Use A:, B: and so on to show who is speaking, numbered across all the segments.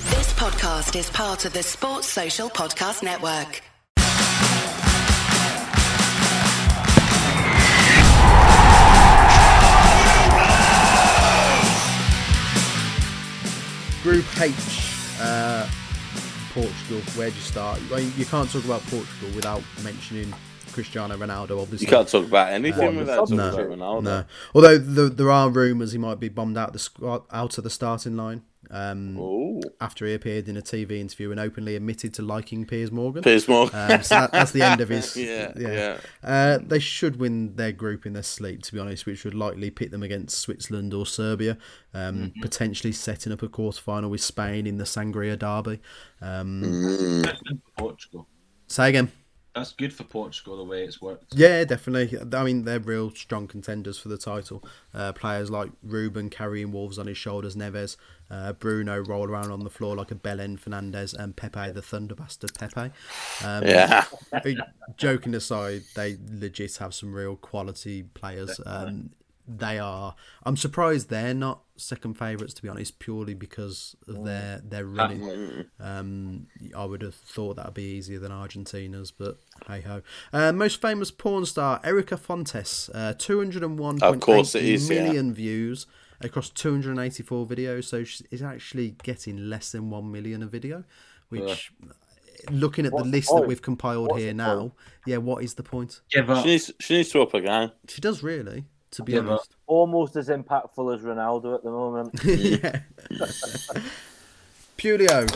A: podcast is part of the Sports Social Podcast Network.
B: Group H, uh, Portugal. Where'd you start? I mean, you can't talk about Portugal without mentioning Cristiano Ronaldo. Obviously,
C: You can't talk about anything
B: Um,
C: without talking
B: no,
C: about Ronaldo.
B: No, although the, there are rumours he might be bombed out the squ- out of the starting line um,
C: Ooh.
B: after he appeared in a TV interview and openly admitted to liking Piers Morgan.
C: Piers Morgan.
B: Um, so that, that's the end of his.
C: Yeah, yeah.
B: Uh, they should win their group in their sleep, to be honest, which would likely pit them against Switzerland or Serbia, um, potentially setting up a quarter final with Spain in the Sangria derby. Um,
D: That's good for Portugal.
B: Say again.
D: That's good for Portugal the way it's worked.
B: Yeah, definitely. I mean, they're real strong contenders for the title. Uh, players like Ruben carrying wolves on his shoulders, Neves, uh, Bruno roll around on the floor like a Belen Fernandez, and Pepe the Thunder Bastard Pepe. Um,
C: yeah.
B: joking aside, they legit have some real quality players. Um, they are. I'm surprised they're not second favourites to be honest, purely because
C: Mm.
B: of their their
C: Ah.
B: running. Um, I would have thought that'd be easier than Argentina's, but hey ho. Uh, most famous porn star Erica Fontes, uh, 201.8
C: Of course it is, yeah.
B: million views across 284 videos. So she's actually getting less than one million a video, which looking at the list that we've compiled here now, yeah, what is the point?
D: Give up.
C: She needs, she needs to up her game.
B: She does really, to be
D: Yeah, but-
B: honest.
E: almost as impactful as Ronaldo at the moment.
B: yeah. Pulio,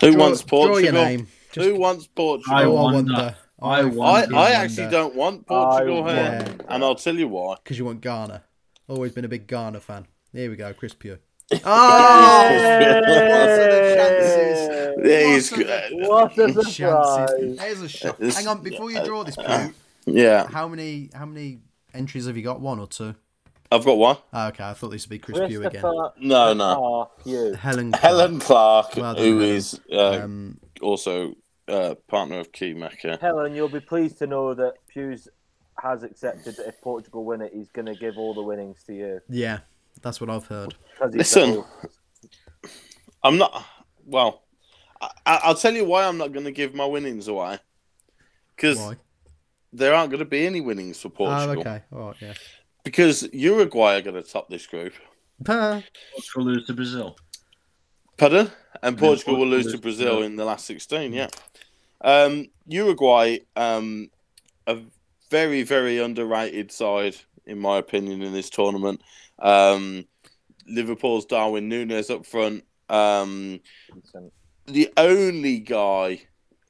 C: Who
B: Draw-
C: wants
B: draw your
C: Portugal?
B: name.
C: Who wants Portugal?
D: I
B: oh, I
D: wonder.
B: wonder.
D: I
C: I,
D: wonder.
C: I actually don't want Portugal
E: I
C: here,
B: wonder.
C: and I'll tell you why.
B: Because you want Ghana. Always been a big Ghana fan. Here we go, Chris Pugh. Oh,
E: Hey!
C: What are the chances? He's-
E: What a
B: Chances.
E: surprise!
B: There's a shot.
C: This-
B: Hang on, before you draw this, Pugh,
C: yeah,
B: how many how many entries have you got? One or two?
C: I've got one.
B: Oh, okay, I thought this would be Chris Pugh again.
E: Christopher
C: No, no.
E: Clark, you.
B: Helen. Clark.
C: Helen Clark,
B: Oh. Well done,
C: who
B: Helen.
C: is uh,
B: Um,
C: also uh, partner of Key Mecca.
E: Helen, you'll be pleased to know that Hughes has accepted that if Portugal win it, he's going to give all the winnings to you.
B: yeah, that's what I've heard.
E: 'Cause he's
C: Listen.
E: the host.
C: I'm not. Well, I, I- I'll tell you why I'm not going to give my winnings away. Because
B: Why?
C: there aren't going to be any winnings for
B: Oh,
C: Portugal.
B: okay. All right, yeah.
C: Because Uruguay are going to top this group.
B: Pa.
D: Portugal lose to Brazil.
C: Pardon? And Portugal will
D: Portugal
C: lose to
D: lose to
C: Brazil
D: Brazil.
C: in the last 16, yeah. Um, Uruguay, um, a very, very underrated side, in my opinion, in this tournament. Um, Liverpool's Darwin Nunes up front. Um,
E: Listen.
C: the only guy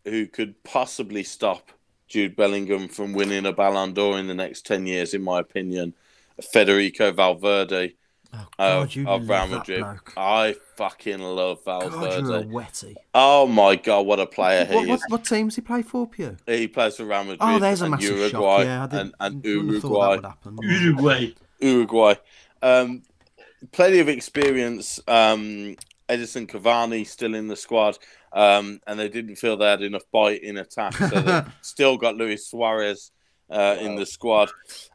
C: who could possibly stop Jude Bellingham from winning a Ballon d'Or in the next 10 years, in my opinion, Federico Valverde
B: Oh,
C: uh,
B: God, you
C: of Real
B: love that
C: Madrid. Oh,
B: bloke.
C: I fucking love
B: God, you're a
C: Valverde.
B: wetty.
C: Oh my God, what a player he
B: What, what,
C: is.
B: what teams he play for, Pugh?
C: He plays for Real Madrid
B: Oh, there's a
C: and
B: massive
C: Uruguay
B: shock. Yeah, I
C: and,
B: didn't,
C: and
B: wouldn't have
C: Uruguay.
B: Thought that would happen.
D: Uruguay.
C: Uruguay. Um, plenty of experience. Um, Edison Cavani still in the squad, um, and they didn't feel they had enough bite in attack, so they still got Luis Suarez uh, in the squad.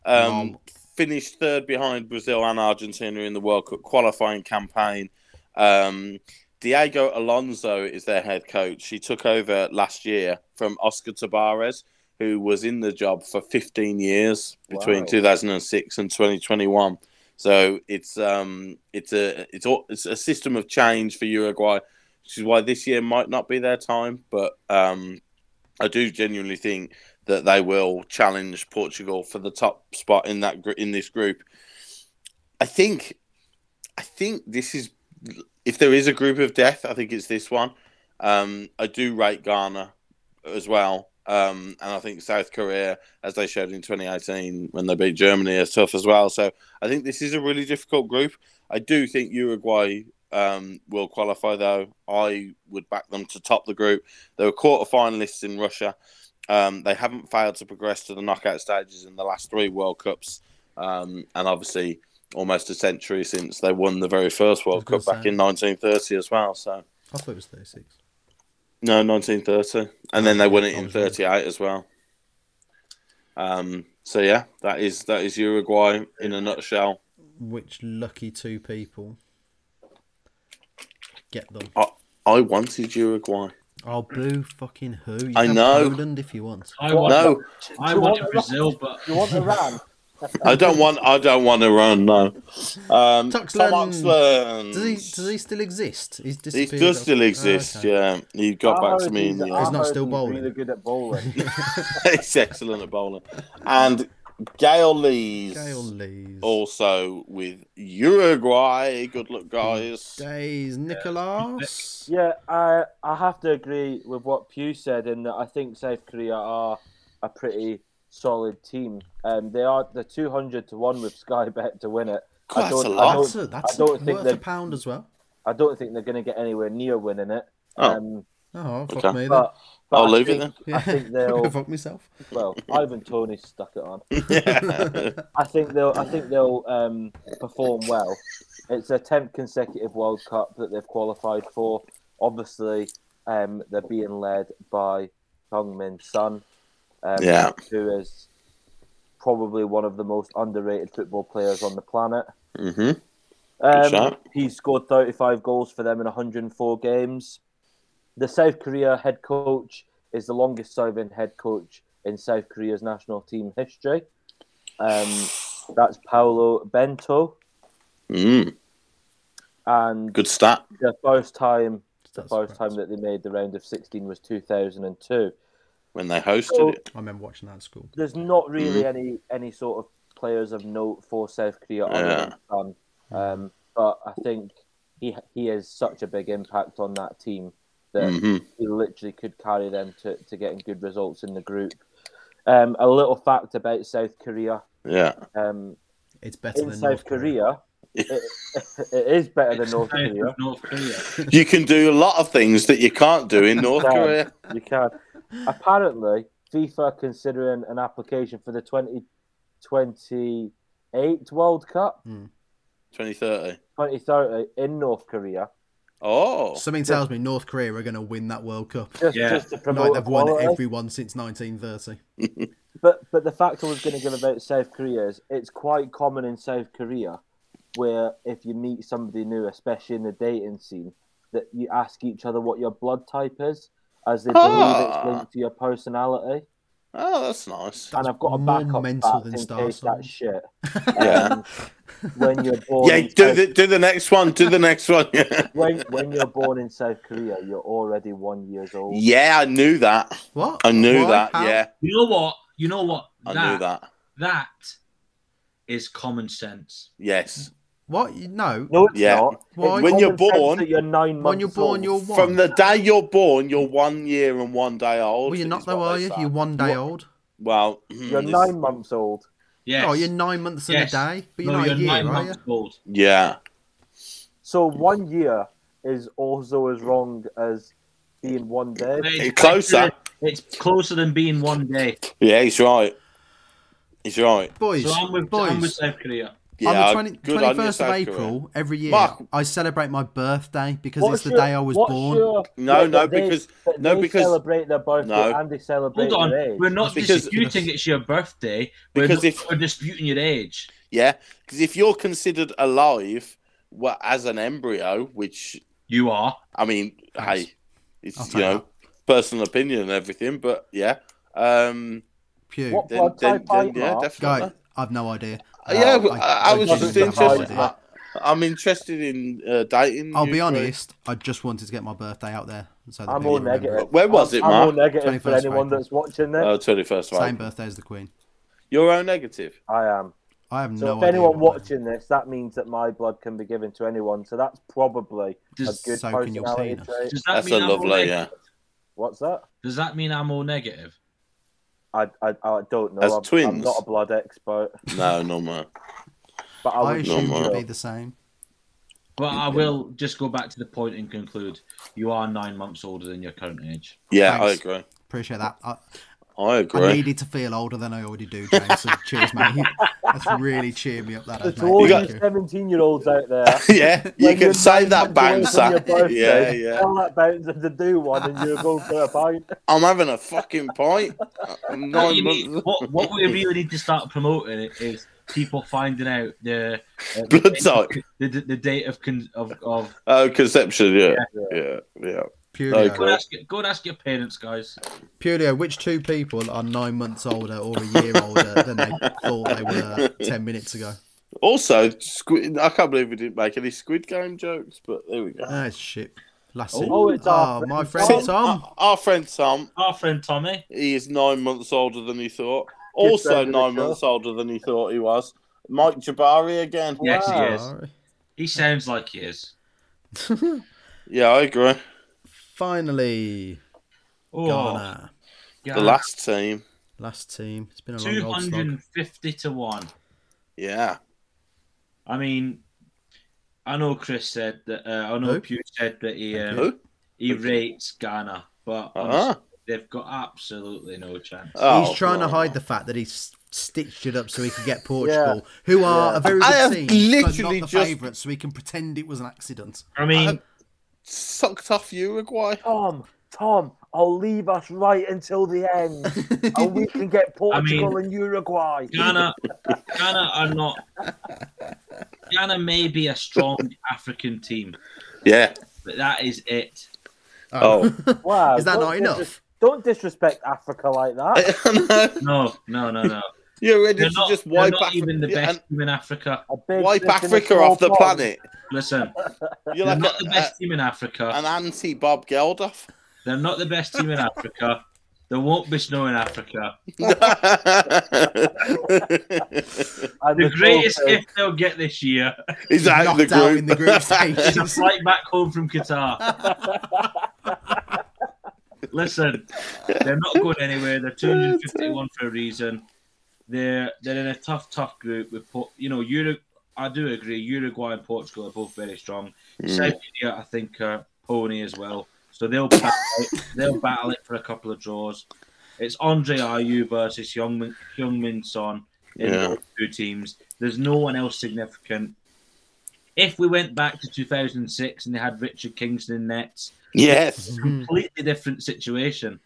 C: Um,
B: Wow.
C: Finished third behind Brazil and Argentina in the World Cup qualifying campaign. Um, Diego Alonso is their head coach. He took over last year from Oscar Tabares, who was in the job for 15 years between
E: Wow.
C: 2006 and 2021. So it's um it's a it's all, it's a system of change for Uruguay, which is why this year might not be their time. But um, I do genuinely think that they will challenge Portugal for the top spot in that gr- in this group. I think I think this is if there is a group of death, I think it's this one. Um, I do rate Ghana as well. Um, and I think South Korea, as they showed in 2018 when they beat Germany, are tough as well. So I think this is a really difficult group. I do think Uruguay um, will qualify, though. I would back them to top the group. They were quarter finalists in Russia. Um, they haven't failed to progress to the knockout stages in the last three World Cups. Um, and obviously, almost a century since they won the very first World
B: gonna
C: Cup back
B: say.
C: in 1930 as well. So.
B: I thought it was 36.
C: No, 1930. And then they won it
B: I
C: in
B: was wrong.
C: 38 as well. Um, so yeah, that is that is Uruguay in a nutshell.
B: Which lucky two people get them?
C: I, I wanted Uruguay.
B: Oh, boo fucking who? You
C: I
B: can have
C: know.
B: Poland if you want.
D: I want,
E: What?
C: No,
D: I
E: Do you
D: wanted
E: want-
D: Brazil, but
E: You want Iran?
C: I don't want. I don't want to run. No. Um, Tom
B: Tuxland.
C: Oxland.
B: Does he? Does he still exist? He's
C: He
B: disappeared.
C: does
B: off-
C: still
B: Oh,
C: exist.
B: okay.
C: Yeah, he got
E: I
C: back to
E: heard
C: me. In the
E: I
B: He's
C: end.
B: not
E: heard
B: still
E: he's
B: bowling.
E: Really good at bowling.
C: He's excellent at bowling. And Gail Lees,
B: Gail Lees.
E: Oh.
C: also with Uruguay. Good luck, guys.
B: Days Nicholas.
E: yeah, I I have to agree with what Pew said in that I think South Korea are a pretty solid team. Um, they are the two hundred to one with Sky Bet to win it.
C: God,
E: I
C: that's
E: don't-
C: a
E: I
C: lot.
B: That's, a, that's
E: I don't think
B: worth a
E: they're-
B: pound as well.
E: I don't think they're going to get anywhere near winning it.
C: Oh.
E: Um,
B: Oh, fuck
C: Okay.
B: me then.
E: but, but
C: I'll
E: I
C: leave it
E: think,
B: Yeah.
E: I think
B: I'm gonna
E: they'll.
B: fuck myself.
E: well, Ivan Tony stuck it on.
C: Yeah.
E: I think they'll. I think they'll um, perform well. It's their tenth consecutive World Cup that they've qualified for. Obviously, um, they're being led by Hung Min Sun, um,
C: Yeah.
E: who is probably one of the most underrated football players on the planet.
C: hmm
E: Um,
C: shot.
E: he scored 35 goals for them in 104 games. The South Korea head coach is the longest serving head coach in South Korea's national team history. Um, that's Paolo Bento.
C: Mm.
E: And
C: Good stat.
E: the first time the
B: That's
E: first
B: right.
E: time that they made the round of 16 was 2002.
C: When they hosted
E: So-
C: it.
B: I remember watching that at school.
E: There's not really
C: Mm-hmm.
E: any any sort of players of note for South Korea
C: Yeah.
E: other than Son. Um, but I think he he has such a big impact on that team that
C: hmm
E: he literally could carry them to, to getting good results in the group. Um, a little fact about South Korea.
C: Yeah.
E: Um,
B: It's better
E: in
B: than
E: South
B: North Korea.
E: Korea, it, it is better than North Korea.
D: North Korea.
C: You can do a lot of things that you can't do in North
E: Yeah.
C: Korea.
E: You can. Apparently, FIFA are considering an application for the 2028 World Cup,
C: 2030.
E: 2030 in North Korea,
C: Oh.
B: Something tells me North Korea are going to win that World Cup.
E: just,
D: Yeah.
E: just to
B: Like
E: promote
B: they've won
E: equality.
B: everyone since 1930.
E: But but the fact I was going to give about South Korea is it's quite common in South Korea where if you meet somebody new, especially in the dating scene, that you ask each other what your blood type is, as they believe
C: Ah.
E: it's linked to your personality.
C: Oh, that's nice.
E: and I've got a
B: more
E: backup
B: mental
E: fact
B: than
E: in
B: Star
E: case
B: Songs.
E: that's shit. Um,
C: Yeah.
E: When you're born,
C: Yeah,
E: in
C: do
E: South-
C: the, do the next one. Do the next one. Yeah.
E: when when you're born in South Korea, you're already one years old.
C: Yeah, I knew that.
B: What?
C: I knew
B: Why?
C: that.
B: How?
C: Yeah,
D: You know what? You know what?
C: I
D: that,
C: knew that.
D: that is common sense.
C: Yes.
B: What? No.
E: No, it's
C: Yeah.
E: not.
B: Why?
E: It's
C: When you're
E: common sense
C: born-
E: that you're nine months
B: When you're born,
E: old.
B: you're one.
C: From the day you're born, you're one year and one day old.
B: well, you're
C: is
B: not
C: what
B: though, are
C: they
B: you?
C: say.
B: You're one day old.
C: Well,
E: You're
C: mm, this-
E: nine months old.
D: Yes.
B: Oh, you're nine months
D: Yes.
B: in a day, but you're
D: no,
B: not
D: you're
B: a year,
D: nine
B: are you?
D: months old.
C: yeah,
E: So one year is also as wrong as being one day.
C: It's closer.
D: It's closer than being one day.
C: yeah, he's right. He's right.
B: Boys,
D: So I'm with,
B: boys.
D: I'm with South Korea.
C: Yeah,
B: on the 20,
C: good on you,
B: 21st of
C: South Korea.
B: April every year,
C: Mark.
B: I celebrate my birthday because
E: What's
B: it's the
E: your-
B: day I was
E: what's
B: born.
E: your-
C: No,
E: Yeah,
C: no,
E: but they-
C: because-
E: but
C: no,
E: they
C: because-
E: celebrate their birthday
C: No.
E: and they celebrate
D: Hold on.
E: their age.
D: We're not
C: Because-
D: disputing it's your birthday. We're,
C: Because
D: not-
C: if-
D: we're disputing your age.
C: Yeah, because if you're considered alive well, as an embryo, which
D: You are.
C: I mean,
B: Thanks.
C: hey,
B: I'll
C: it's
B: take
C: you know personal opinion and everything, but yeah, um,
B: Pew.
E: What-
C: then,
E: Blood
C: then,
E: type
C: then,
E: I
C: yeah,
E: are.
C: definitely.
B: Guy, I've no idea.
C: yeah,
B: Uh,
C: I, I
B: genuinely
C: was just
B: have no
C: interested.
B: idea.
C: I, I'm interested in uh, dating.
B: I'll
C: you
B: be
C: three.
B: honest. I just wanted to get my birthday out there. So that
E: I'm
B: people
E: all
B: remember
E: negative.
C: Where was
E: I'm,
C: it,
E: I'm all
C: Mark?
E: negative
B: 21st
E: for
B: of
E: anyone
B: April.
E: that's watching this.
C: Oh, 21st
B: it.
C: of
B: Same
C: April.
B: birthday as the Queen.
C: Your own negative.
E: I am.
B: I have
E: So
B: no
E: if
B: idea.
E: anyone
B: what my-
E: watching this, that means that my blood can be given to anyone. So that's probably
D: Does-
E: a good
B: So can your
E: personality
B: penis.
E: trait.
D: Does that
C: That's
D: mean
C: a
D: I'm all
C: lovely,
D: neg-
C: yeah.
E: What's that?
D: Does that mean I'm all negative?
E: I, I, I don't know.
C: As
E: I'm, I'm
C: twins?
E: not a blood expert,
C: No, no more.
E: but I
B: I
E: would
B: assume
C: No,
B: you'd
C: Mark.
B: be the same.
D: But I will just go back to the point and conclude you are nine months older than your current age.
C: Yeah,
B: Thanks.
C: I agree.
B: Appreciate that. I,
C: I
B: I
C: agree.
B: needed to feel older than I already do, James. So cheers, mate. That's really cheered me up. That
E: The
B: has, mate.
C: you
E: all
C: got-
E: you
B: Thank you.
E: 17 year olds out there.
C: yeah, you
E: When
C: can
E: your
C: save
E: name
C: that
E: comes
C: bounce.
E: away from your
C: at- Yeah,
E: birthday,
C: yeah.
E: Tell that bouncer to do one and you'll go for a pint.
C: I'm having a fucking pint. I'm
D: What
C: Nine
D: you need-
C: months.
D: what, what we really need to start promoting it is people finding out the uh, the
C: Blood
D: date-
C: type.
D: the, the, the date of con- of, of
C: Oh, conception. Yeah, yeah, yeah.
B: Purely,
D: go, and
C: Okay.
D: ask, go and ask your parents, guys.
B: Purelio, uh, which two people are nine months older or a year older than they thought they were 10 minutes ago?
C: Also, squid, I can't believe we didn't make any Squid Game jokes, but there we
D: Uh,
C: go.
B: Ah, shit. Lassie.
E: Oh, it's our
B: Ah, my
E: friend
B: friend
C: Tom-
B: Tom.
C: Our, our friend Tom,
D: Our friend Tommy.
C: he is nine months older than he thought.
E: Good
C: Also,
E: friend of the
C: nine
E: show.
C: months older than he thought he was. Mike Jabari again.
D: Yes,
E: Wow.
D: he is.
B: Sorry.
D: He sounds like he is.
C: Yeah, I agree.
B: Finally,
D: Oh,
B: Ghana.
D: yeah.
C: The last team.
B: Last team. It's been a long old slog.
D: 250 to 1.
C: Yeah.
D: I mean, I know Chris said that, uh, I know
B: Who?
D: Pew said that he, um,
C: Who?
D: he rates Ghana, but
C: Uh-huh.
D: they've got absolutely no chance.
C: Oh,
B: He's trying to
C: no.
B: hide the fact that he's stitched it up so he could get Portugal, who are
E: Yeah.
B: a very
C: I have
B: good team, but not
C: literally
B: the
C: just-
B: favourites, so he can pretend it was an accident.
D: I mean,
C: I- Sucked off Uruguay.
E: Tom, Tom, I'll leave us right until the end. and we can get Portugal and Uruguay.
D: Ghana, Ghana are not. Ghana may be a strong African team,
C: Yeah.
D: but that is it.
C: Oh.
E: Wow.
B: Is that
E: don't
B: not enough?
E: disres- don't disrespect Africa like
C: Eh,
E: that.
D: No, no, no, no.
C: You're ready
D: They're
C: to
D: not,
C: just
D: they're
C: wipe
D: not
C: Africa,
D: even the
C: yeah,
D: best team in Africa.
E: A
C: and
E: big
C: wipe
E: fish in a
C: Africa
E: small
C: off the
E: pond.
C: planet.
D: Listen,
C: You're
D: they're
C: like
D: not
C: a-
D: the best team in Africa.
C: a- an anti Bob Geldof.
D: They're not the best team in Africa. There won't be snow in Africa.
E: And
D: The
E: trophy.
D: greatest gift they'll get this year
C: He's out of
B: knocked
C: the
B: out
C: group.
B: in the group
D: is
B: stage.
D: a flight back home from Qatar. Listen, they're not going anywhere. They're 251 for a reason. They're they're in a tough, tough group with Por- you know Uruguay. I do agree. Uruguay and Portugal are both very strong. South Korea, I think, are pony as well. So they'll battle it. they'll battle it for a couple of draws. It's Andre Ayew versus Hyungmin Hyungmin Son in
C: Yeah.
D: those two teams. There's no one else significant. If we went back to 2006 and they had Richard Kingston in nets,
C: yes.
D: completely different situation.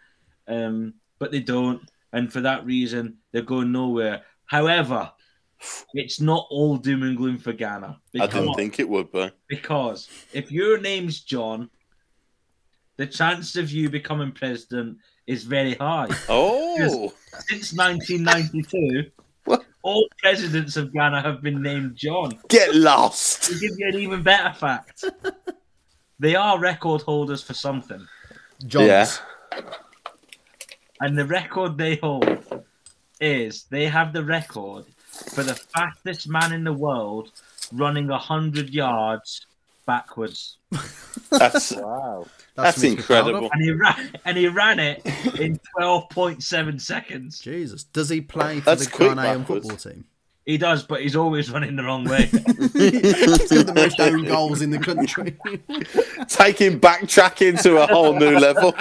D: Um, but they don't, and for that reason, they're going nowhere. However, it's not all doom and gloom for Ghana
C: I
D: because,
C: didn't think it would be.
D: because if your name's John, the chance of you becoming president is very high.
C: Oh.
D: Since 1992,
C: What?
D: all presidents of Ghana have been named John.
C: Get lost.
D: To give you an even better fact, they are record holders for something.
B: Johns.
C: Yeah.
D: And the record they hold is they have the record for the fastest man in the world running 100 yards backwards.
C: That's
E: Wow.
C: that's
B: something to be proud of.
C: incredible.
D: And he ran, and he ran it in 12.7 seconds.
B: Jesus. Does he play for
C: That's
B: the
C: quick
B: Ghanaian
C: backwards.
B: football team?
D: He does, but he's always running the wrong way.
B: He's got the most own goals in the country.
C: Taking backtracking to a whole new level.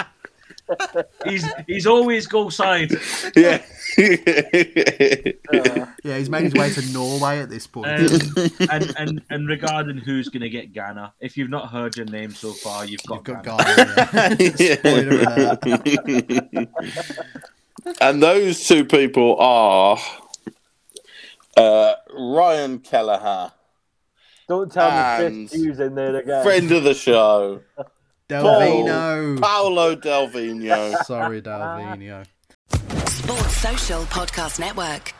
D: he's he's always goal side.
C: Yeah.
B: Uh, yeah, he's made his way to Norway at this point.
D: Um, and, and and regarding who's going to get Ghana, if you've not heard your name so far, you've got,
B: You've got
D: Ghana.
B: Ghana. yeah. Spoiler alert.
C: and those two people are uh, Ryan Kelleher,
E: Don't tell me
C: And-
E: Chris Hughes in there again.
C: friend of the show,
B: Delvino.
C: Paolo Delvino.
B: Sorry, Delvino.
A: Sports Social Podcast Network.